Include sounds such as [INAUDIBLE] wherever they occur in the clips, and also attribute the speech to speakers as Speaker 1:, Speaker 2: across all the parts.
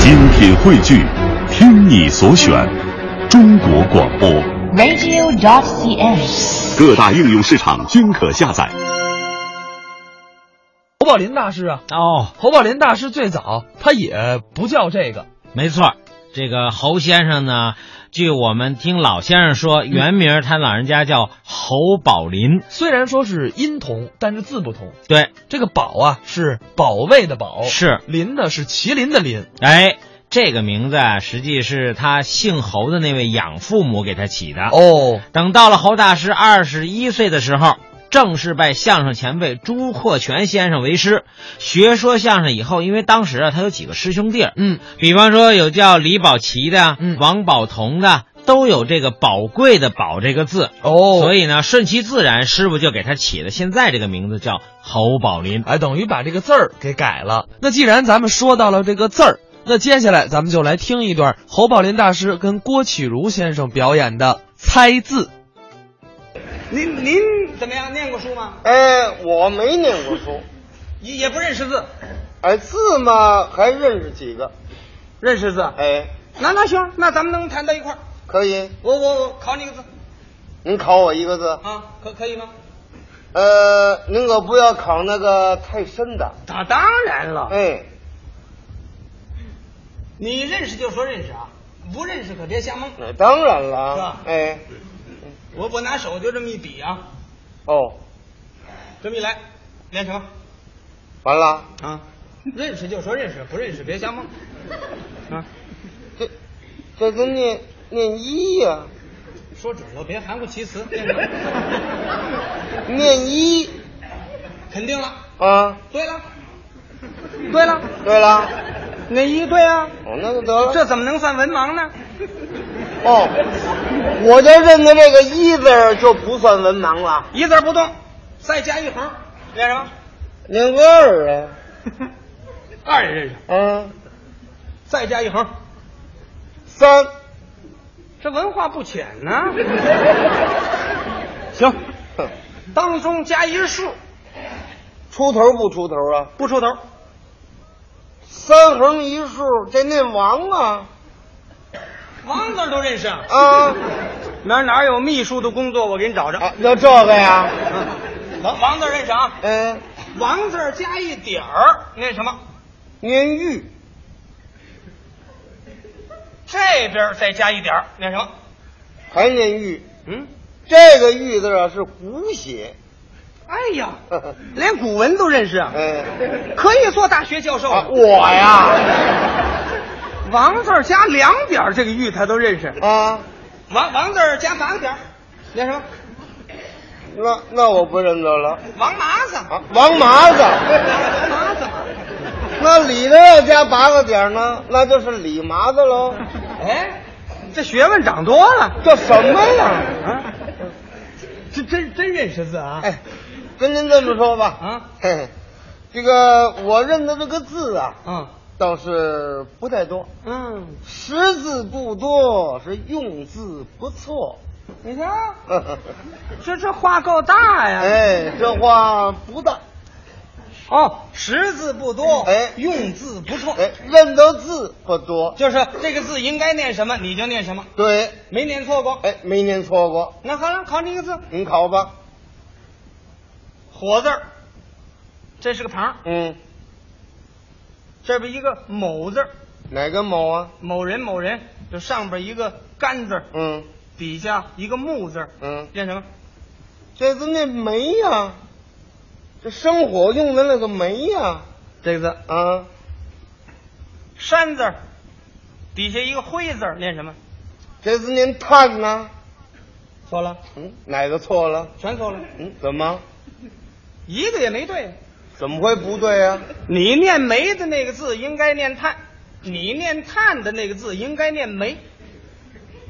Speaker 1: 精品汇聚，听你所选，中国广播。
Speaker 2: radio.cn。
Speaker 1: 各大应用市场均可下载。
Speaker 3: 侯宝林大师啊，
Speaker 4: 哦，
Speaker 3: 侯宝林大师最早他也不叫这个，
Speaker 4: 没错儿，这个侯先生呢，据我们听老先生说，原名儿他老人家叫侯宝林。
Speaker 3: 虽然说是音同，但是字不同。
Speaker 4: 对，
Speaker 3: 这个宝啊是保卫的宝，
Speaker 4: 是
Speaker 3: 林呢是麒麟的麟。
Speaker 4: 哎，这个名字啊，实际是他姓侯的那位养父母给他起的。
Speaker 3: 哦，
Speaker 4: 等到了侯大师二十一岁的时候，正式拜相声前辈朱阔全先生为师，学说相声以后，因为当时啊，他有几个师兄弟儿，
Speaker 3: 嗯，
Speaker 4: 比方说有叫李宝奇的，
Speaker 3: 嗯
Speaker 4: 王宝同的，都有这个宝贵的宝这个字。
Speaker 3: 哦，
Speaker 4: 所
Speaker 3: 以
Speaker 4: 以呢，顺其自然，师傅就给他起了现在这个名字叫侯宝林。
Speaker 3: 哎，等于把这个字儿给改了。那既然咱们说到了这个字儿，那接下来咱们就来听一段侯宝林大师跟郭启儒先生表演的猜字。
Speaker 5: 您您怎么样？念过书吗？
Speaker 6: 哎，我没念过
Speaker 5: [LAUGHS]
Speaker 6: 书，
Speaker 5: 也也不认识字，
Speaker 6: 哎，字嘛还认识几个，
Speaker 5: 认识字？
Speaker 6: 哎，
Speaker 5: 那那行，那咱们能谈到一块儿。
Speaker 6: 可以，
Speaker 5: 我我我考你个字
Speaker 6: 您考我一个字，
Speaker 5: 啊，可可以吗？
Speaker 6: 呃，您可不要考那个太深的，
Speaker 5: 那当然了，
Speaker 6: 哎，
Speaker 5: 你认识就说认识啊，不认识可别瞎
Speaker 3: 嗯
Speaker 5: 蒙。
Speaker 6: 那当然了
Speaker 5: 是
Speaker 6: 啊
Speaker 5: 吧，
Speaker 6: 哎，
Speaker 5: 我我拿手就这么一比啊，
Speaker 6: 哦，
Speaker 5: 这么一来，念什么
Speaker 6: 完了，
Speaker 5: 啊？认识就说认识，不认识别瞎蒙。啊，
Speaker 6: 这这跟念念一呀、
Speaker 5: 说准了，别含糊其辞。念什么
Speaker 6: 念一
Speaker 5: 肯定了，
Speaker 6: 啊，
Speaker 5: 对了，对了，
Speaker 6: 对了，
Speaker 5: 那一对啊。
Speaker 6: 哦，那就得了，
Speaker 5: 这怎么能算文盲呢？
Speaker 6: 哦，我就认得这个一字儿就不算文盲了，
Speaker 5: 一字儿不动，再加一横，念什么？
Speaker 6: 念个二啊，
Speaker 5: 二也认识，
Speaker 6: 嗯，
Speaker 5: 再加一横，
Speaker 6: 三。
Speaker 5: 这文化不浅呢。
Speaker 6: [LAUGHS]
Speaker 5: 行，
Speaker 6: 哼
Speaker 5: 当中加一竖，
Speaker 6: 出头不出头啊？
Speaker 5: 不出头。
Speaker 6: 三横一竖，这念王啊
Speaker 5: 王字儿都认识啊 [LAUGHS]
Speaker 6: 啊
Speaker 5: 哪儿哪儿有秘书的工作，我给你找着。
Speaker 6: 啊！就这个呀？
Speaker 5: 王王字儿认识啊，
Speaker 6: 嗯，
Speaker 5: 王字儿加一点儿，念什么？
Speaker 6: 念玉
Speaker 5: 这边儿再加一点儿，念什么？
Speaker 6: 还念玉，
Speaker 5: 嗯，
Speaker 6: 这个玉字啊是呃古写， [LAUGHS]
Speaker 5: 哎呀，连古文都认识啊，
Speaker 6: 嗯、
Speaker 5: 可以做大学教授
Speaker 6: 啊，我呀
Speaker 5: [LAUGHS] 王字儿加两点儿，这个玉他都认识。
Speaker 6: 啊，
Speaker 5: 王王字儿加麻子点儿，念什么？
Speaker 6: 那那我不认得了
Speaker 5: 王麻子，
Speaker 6: 啊，王麻子，
Speaker 5: 王麻子。
Speaker 6: 那里头要加八个点儿呢，那就是李麻子喽。
Speaker 5: 哎，这学问长多了
Speaker 6: 这什么呀？
Speaker 5: 啊！这真真认识字啊！
Speaker 6: 哎，跟您这么说吧
Speaker 5: 啊，
Speaker 6: 嘿嘿这个我认得这个字啊，
Speaker 5: 嗯
Speaker 6: 倒是不太多，
Speaker 5: 嗯，
Speaker 6: 识字不多，是用字不错。 [LAUGHS]
Speaker 5: 你瞧，
Speaker 6: 呵呵
Speaker 5: 这这话够大呀！
Speaker 6: 哎，这话不大，
Speaker 5: 哦，识字不多，
Speaker 6: 哎
Speaker 5: 用字不错，
Speaker 6: 哎，认得字不多，
Speaker 5: 就是这个字应该念什么你就念什么，
Speaker 6: 对，
Speaker 5: 没念错过。
Speaker 6: 哎，没念错过，
Speaker 5: 那好了，考你一个字，
Speaker 6: 您考吧，
Speaker 5: 火字儿，这是个旁，
Speaker 6: 嗯，
Speaker 5: 这边一个某字儿，
Speaker 6: 哪个某啊？
Speaker 5: 某人某人，就上边一个干字儿，
Speaker 6: 嗯
Speaker 5: 底下一个木字儿，
Speaker 6: 嗯，
Speaker 5: 念什么？
Speaker 6: 这字念煤呀、这生火用的那个煤呀、
Speaker 5: 这个字
Speaker 6: 啊，
Speaker 5: 山字儿，底下一个灰字儿，念什么？
Speaker 6: 这字念炭呐、
Speaker 5: 错了，
Speaker 6: 嗯，哪个错了？
Speaker 5: 全错了，
Speaker 6: 嗯，怎么
Speaker 5: 一个也没对。
Speaker 6: 怎么会不对啊？
Speaker 5: 你念煤的那个字应该念炭，你念炭的那个字应该念煤。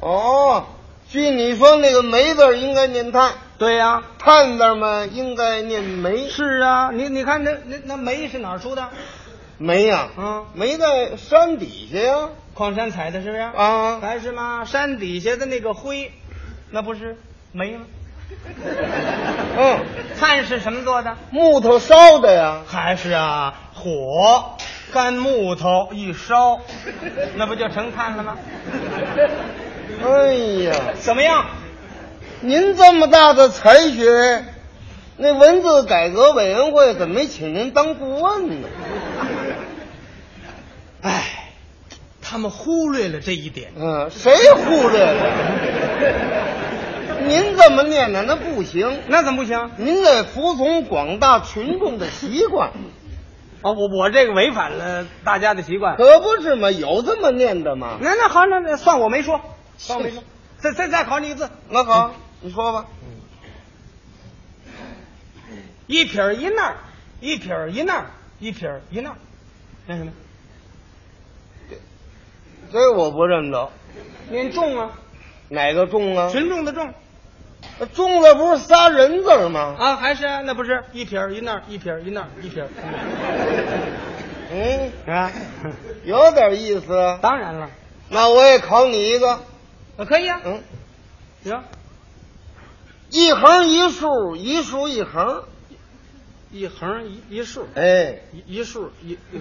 Speaker 6: 哦，据你说那个煤字儿应该念炭，
Speaker 5: 对呀、
Speaker 6: 炭字儿嘛应该念煤。
Speaker 5: 是啊，你你看那那那煤是哪儿出的？
Speaker 6: 煤呀、
Speaker 5: 嗯
Speaker 6: 煤在山底下呀、
Speaker 5: 矿山采的，是不是？
Speaker 6: 啊
Speaker 5: 还是吗？山底下的那个灰，那不是煤 [LAUGHS] 吗？嗯
Speaker 6: 嗯，
Speaker 5: 炭是什么做的？
Speaker 6: 木头烧的呀。
Speaker 5: 还是啊，火干木头一烧，那不就成炭了吗？
Speaker 6: 哎呀，
Speaker 5: 怎么样？
Speaker 6: 您这么大的才学，那文字改革委员会怎么没请您当顾问呢？
Speaker 5: 哎，他们忽略了这一点。
Speaker 6: 嗯，谁忽略了？您这么念呢，那不行。
Speaker 5: 那怎么不行？
Speaker 6: 您得服从广大群众的习惯，
Speaker 5: 哦，我我这个违反了大家的习惯。
Speaker 6: 可不是嘛？有这么念的吗？
Speaker 5: 那那好，那那算我没说，算我没说。再再再考你一次，
Speaker 6: 那
Speaker 5: 嗯
Speaker 6: 好，你说吧。
Speaker 5: 一撇儿一捺儿，一撇儿一捺儿，一撇儿一捺儿，那什么？
Speaker 6: 这我不认得，
Speaker 5: 念重啊，
Speaker 6: 哪个中啊？
Speaker 5: 群众的众
Speaker 6: 中了不是仨人字儿吗？
Speaker 5: 啊，还是啊那不是一撇儿一捺儿，一撇儿一捺儿，一撇儿
Speaker 6: 嗯，
Speaker 5: 一捺儿啊？
Speaker 6: 有点意思。
Speaker 5: [LAUGHS] 当然了，
Speaker 6: 那我也考你一个，
Speaker 5: 啊可以啊，
Speaker 6: 嗯，
Speaker 5: 行，
Speaker 6: 一横一竖，一竖一横，
Speaker 5: 一横一一竖，
Speaker 6: 哎，
Speaker 5: 一一竖一，一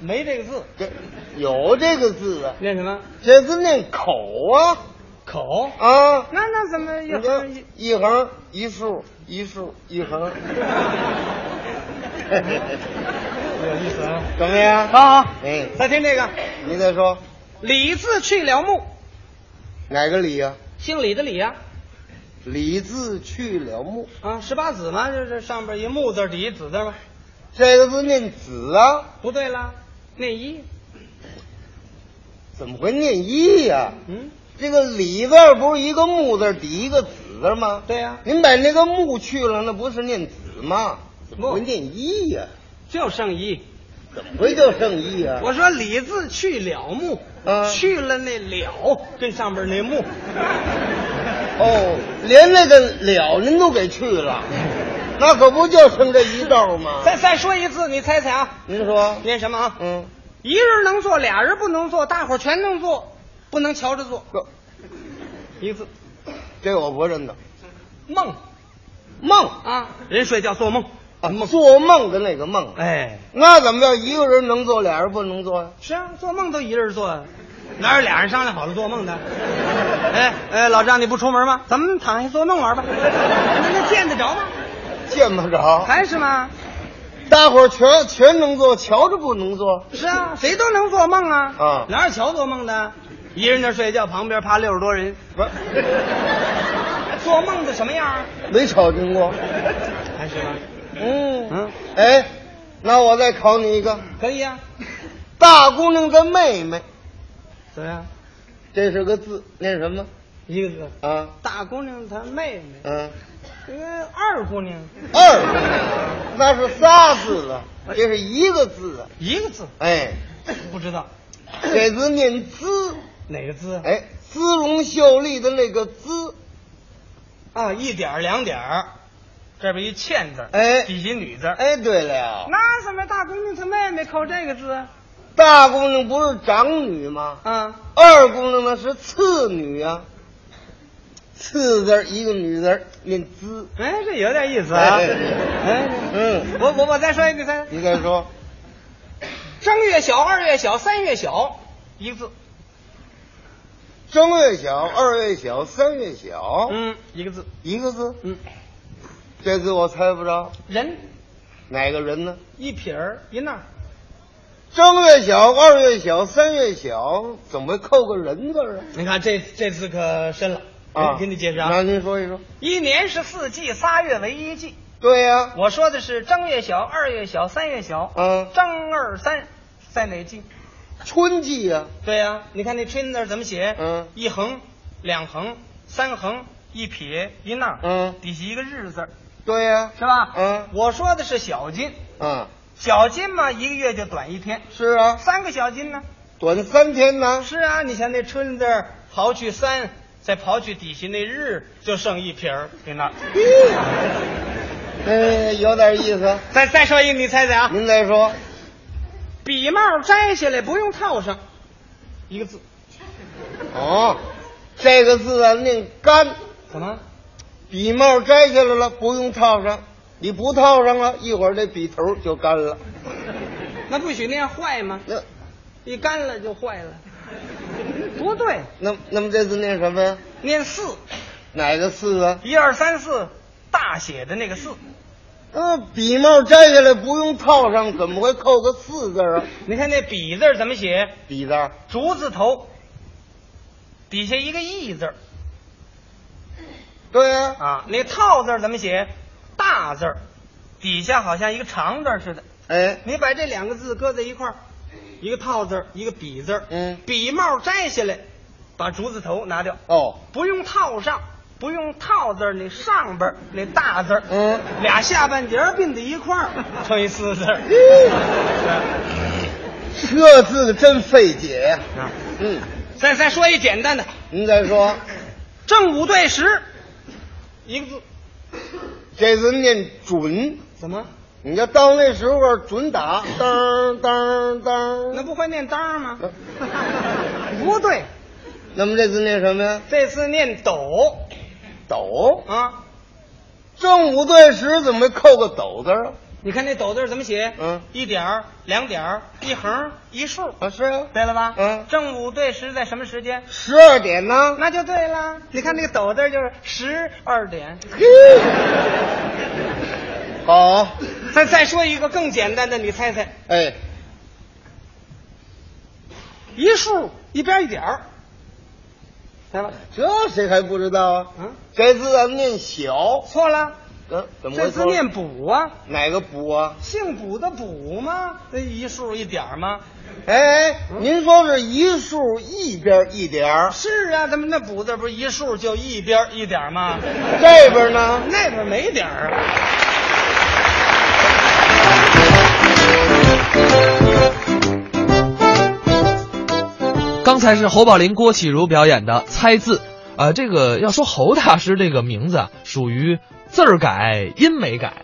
Speaker 5: 没这个字，
Speaker 6: 这有这个字啊，
Speaker 5: 念什么
Speaker 6: 这字念口啊
Speaker 5: [LAUGHS] 口？
Speaker 6: 啊。
Speaker 5: 那那怎么一
Speaker 6: 你这
Speaker 5: 横一？
Speaker 6: 一横一竖一竖一横，
Speaker 5: 有意思啊！
Speaker 6: 怎么样？
Speaker 5: 好好，
Speaker 6: 哎，
Speaker 5: 再听这个，
Speaker 6: 你再说
Speaker 5: 李字去了木，
Speaker 6: 哪个李呀、
Speaker 5: 姓李的李呀、
Speaker 6: 李字去了木，
Speaker 5: 啊，十八子嘛，就是上边一木字底一子字嘛。
Speaker 6: 这个字念子啊，
Speaker 5: 不对啦，内衣，
Speaker 6: 怎么会念一呀、
Speaker 5: 嗯，
Speaker 6: 这个李字儿不是一个木字儿抵一个子字儿吗？
Speaker 5: 对啊呀
Speaker 6: 您把那个木去了，那不是念子吗？怎么
Speaker 5: 木
Speaker 6: 会念一呀、
Speaker 5: 就剩一。
Speaker 6: 怎么会就剩一呀、
Speaker 5: 我说李字去了木，
Speaker 6: 嗯
Speaker 5: 去了那了跟上边那木，
Speaker 6: 哦，连那个了您都给去了，那可不就剩这一道
Speaker 5: [LAUGHS]
Speaker 6: 吗？
Speaker 5: 再再说一次，你猜猜啊，
Speaker 6: 您说，
Speaker 5: 念什么啊？
Speaker 6: 嗯，
Speaker 5: 一人能做，俩人不能做，大伙儿全能做，不能瞧着做。
Speaker 6: 这
Speaker 5: 一个字，
Speaker 6: 这我不认得。
Speaker 5: 梦
Speaker 6: 梦
Speaker 5: 啊，人睡觉做梦，
Speaker 6: 啊，做梦的那个梦，
Speaker 5: 哎，
Speaker 6: 那怎么叫一个人能做，俩人不能做呀？
Speaker 5: 是啊，做梦都一人做，哪有俩人商量好了做 [LAUGHS] 梦的？哎哎，老张，你不出门吗？咱们躺下做梦玩 [LAUGHS] 吧，那那见得着吗？
Speaker 6: 见不着，
Speaker 5: 还是吗？
Speaker 6: 大伙儿全全能做，瞧着不能做。
Speaker 5: 是啊，谁都能做梦啊！
Speaker 6: 啊
Speaker 5: 哪有瞧做梦的？一人那儿睡觉，旁边趴六十多人，
Speaker 6: 不是，
Speaker 5: [LAUGHS] 做梦的什么样啊？
Speaker 6: 没瞅见过。
Speaker 5: 还是吗？
Speaker 6: 嗯
Speaker 5: 嗯，
Speaker 6: 哎，那我再考你一个，
Speaker 5: 可以啊，
Speaker 6: 大姑娘的妹妹，
Speaker 5: 怎么样？
Speaker 6: 这是个字，念什么？
Speaker 5: 一个字，
Speaker 6: 啊，
Speaker 5: 大姑娘她妹妹，
Speaker 6: 嗯，
Speaker 5: 这个二姑娘
Speaker 6: 二，那是仨字啊，这是一个字啊。
Speaker 5: 一个字
Speaker 6: 哎，
Speaker 5: 不知道
Speaker 6: 这字念姿，
Speaker 5: 哪个字
Speaker 6: 哎，姿容秀丽的那个姿，
Speaker 5: 啊，一点儿两点儿，这边一欠字儿，
Speaker 6: 哎
Speaker 5: 底下女字儿。
Speaker 6: 哎，对了，
Speaker 5: 那怎么大姑娘她妹妹扣这个字啊？
Speaker 6: 大姑娘不是长女吗？
Speaker 5: 啊，
Speaker 6: 二姑娘呢是次女呀、次字儿一个女字儿念姿。
Speaker 5: 哎，这有点意思啊。
Speaker 6: 哎
Speaker 5: 哎，
Speaker 6: 嗯，
Speaker 5: 我我我再说一个，再
Speaker 6: 你再说，
Speaker 5: 正月小，二月小，三月小，一个字。
Speaker 6: 正月小，二月小，三月小，
Speaker 5: 嗯，一个字。
Speaker 6: 一个字，
Speaker 5: 嗯，
Speaker 6: 这字我猜不着，
Speaker 5: 人
Speaker 6: 哪个人呢？
Speaker 5: 一撇儿一捺儿，
Speaker 6: 正月小，二月小，三月小，怎么会扣个人字儿啊？
Speaker 5: 你看这这次可深了。
Speaker 6: 啊，
Speaker 5: 给你解释啊
Speaker 6: 那，您说一说。
Speaker 5: 一年是四季，仨月为一季。
Speaker 6: 对呀、
Speaker 5: 我说的是正月小，二月小，三月小。
Speaker 6: 嗯
Speaker 5: 正二三在哪季？
Speaker 6: 春季呀、
Speaker 5: 对呀、你看那“春”字怎么写？
Speaker 6: 嗯
Speaker 5: 一横、两横、三横、一撇、一捺，
Speaker 6: 嗯
Speaker 5: 底下一个日字儿，
Speaker 6: 对呀、
Speaker 5: 是吧？
Speaker 6: 嗯
Speaker 5: 我说的是小金，
Speaker 6: 啊，
Speaker 5: 小金嘛，一个月就短一天，
Speaker 6: 是啊，
Speaker 5: 三个小金呢？
Speaker 6: 短三天呢。
Speaker 5: 是啊，你像那春字儿刨去三，再刨去底下那日，就剩一撇儿，你那。
Speaker 6: 哎，有点意思。
Speaker 5: [LAUGHS] 再再说一个，你猜猜啊？
Speaker 6: 您再说，
Speaker 5: 笔帽摘下来不用套上，一个字，
Speaker 6: 哦，这个字啊念干，
Speaker 5: 怎么？
Speaker 6: 笔帽摘下来了，不用套上，你不套上了，一会儿这笔头就干了。
Speaker 5: 那不许那样坏吗？
Speaker 6: 那
Speaker 5: 一干了就坏 [LAUGHS] 了，不对，
Speaker 6: 那那么这字念什么呀？
Speaker 5: 念四，
Speaker 6: 哪个四啊？
Speaker 5: 一二三四，大写的那个四。
Speaker 6: 那啊笔帽摘下来不用套上，怎么会扣个四字啊？
Speaker 5: 你看那笔字儿怎么写？
Speaker 6: 笔字儿
Speaker 5: 竹字头，底下一个义字儿
Speaker 6: 对呀、
Speaker 5: 啊。那套字儿怎么写？大字儿，底下好像一个长字儿似的。
Speaker 6: 哎，
Speaker 5: 你把这两个字搁在一块儿，一个套字儿，一个笔字儿。
Speaker 6: 嗯
Speaker 5: 笔帽摘下来，把竹字头拿掉，
Speaker 6: 哦，
Speaker 5: 不用套上，不用套字儿那上边儿那大字儿，
Speaker 6: 嗯，
Speaker 5: 俩下半截儿并在一
Speaker 6: [LAUGHS]
Speaker 5: 块儿，成一四字儿。
Speaker 6: 这字真费解呀、
Speaker 5: 啊
Speaker 6: 嗯，
Speaker 5: 再再说一简单的，
Speaker 6: 您再说，
Speaker 5: 正五对十，一个字
Speaker 6: 这字念准，
Speaker 5: 怎么？
Speaker 6: 你要到那时候准打，当当当。
Speaker 5: 那不会念当吗
Speaker 6: 嗯？
Speaker 5: [LAUGHS] 不对，
Speaker 6: 那么这字念什么呀？
Speaker 5: 这次念斗
Speaker 6: 斗，
Speaker 5: 啊！
Speaker 6: 正五对十怎么会扣个斗字儿啊？
Speaker 5: 你看那斗字儿怎么写？
Speaker 6: 嗯
Speaker 5: 一点儿、两点儿、一横、一竖，
Speaker 6: 啊，是啊，
Speaker 5: 对了吧？
Speaker 6: 嗯
Speaker 5: 正午对时在什么时间？
Speaker 6: 十二点呢？
Speaker 5: 那就对了。你看那个斗字儿就是十二点。
Speaker 6: 嘿，好，
Speaker 5: 再再说一个更简单的，你猜猜，
Speaker 6: 哎，
Speaker 5: 一竖一边一点儿，对吧？
Speaker 6: 这谁还不知道啊？
Speaker 5: 嗯，
Speaker 6: 这字咱们念小，
Speaker 5: 错了，
Speaker 6: 嗯，怎么
Speaker 5: 这
Speaker 6: 会
Speaker 5: 次
Speaker 6: 错？
Speaker 5: 念补啊。
Speaker 6: 哪个补啊？
Speaker 5: 姓卜的卜吗？那一竖一点儿吗？
Speaker 6: 哎哎，您说是一竖一边一点儿，
Speaker 5: 是啊，咱们那卜字不是一竖就一边儿一点儿吗？
Speaker 6: 这边呢？
Speaker 5: 那边没点儿啊。
Speaker 3: 刚才是侯宝林、郭启儒表演的猜字。呃，这个要说侯大师这个名字啊，属于字儿改音没改。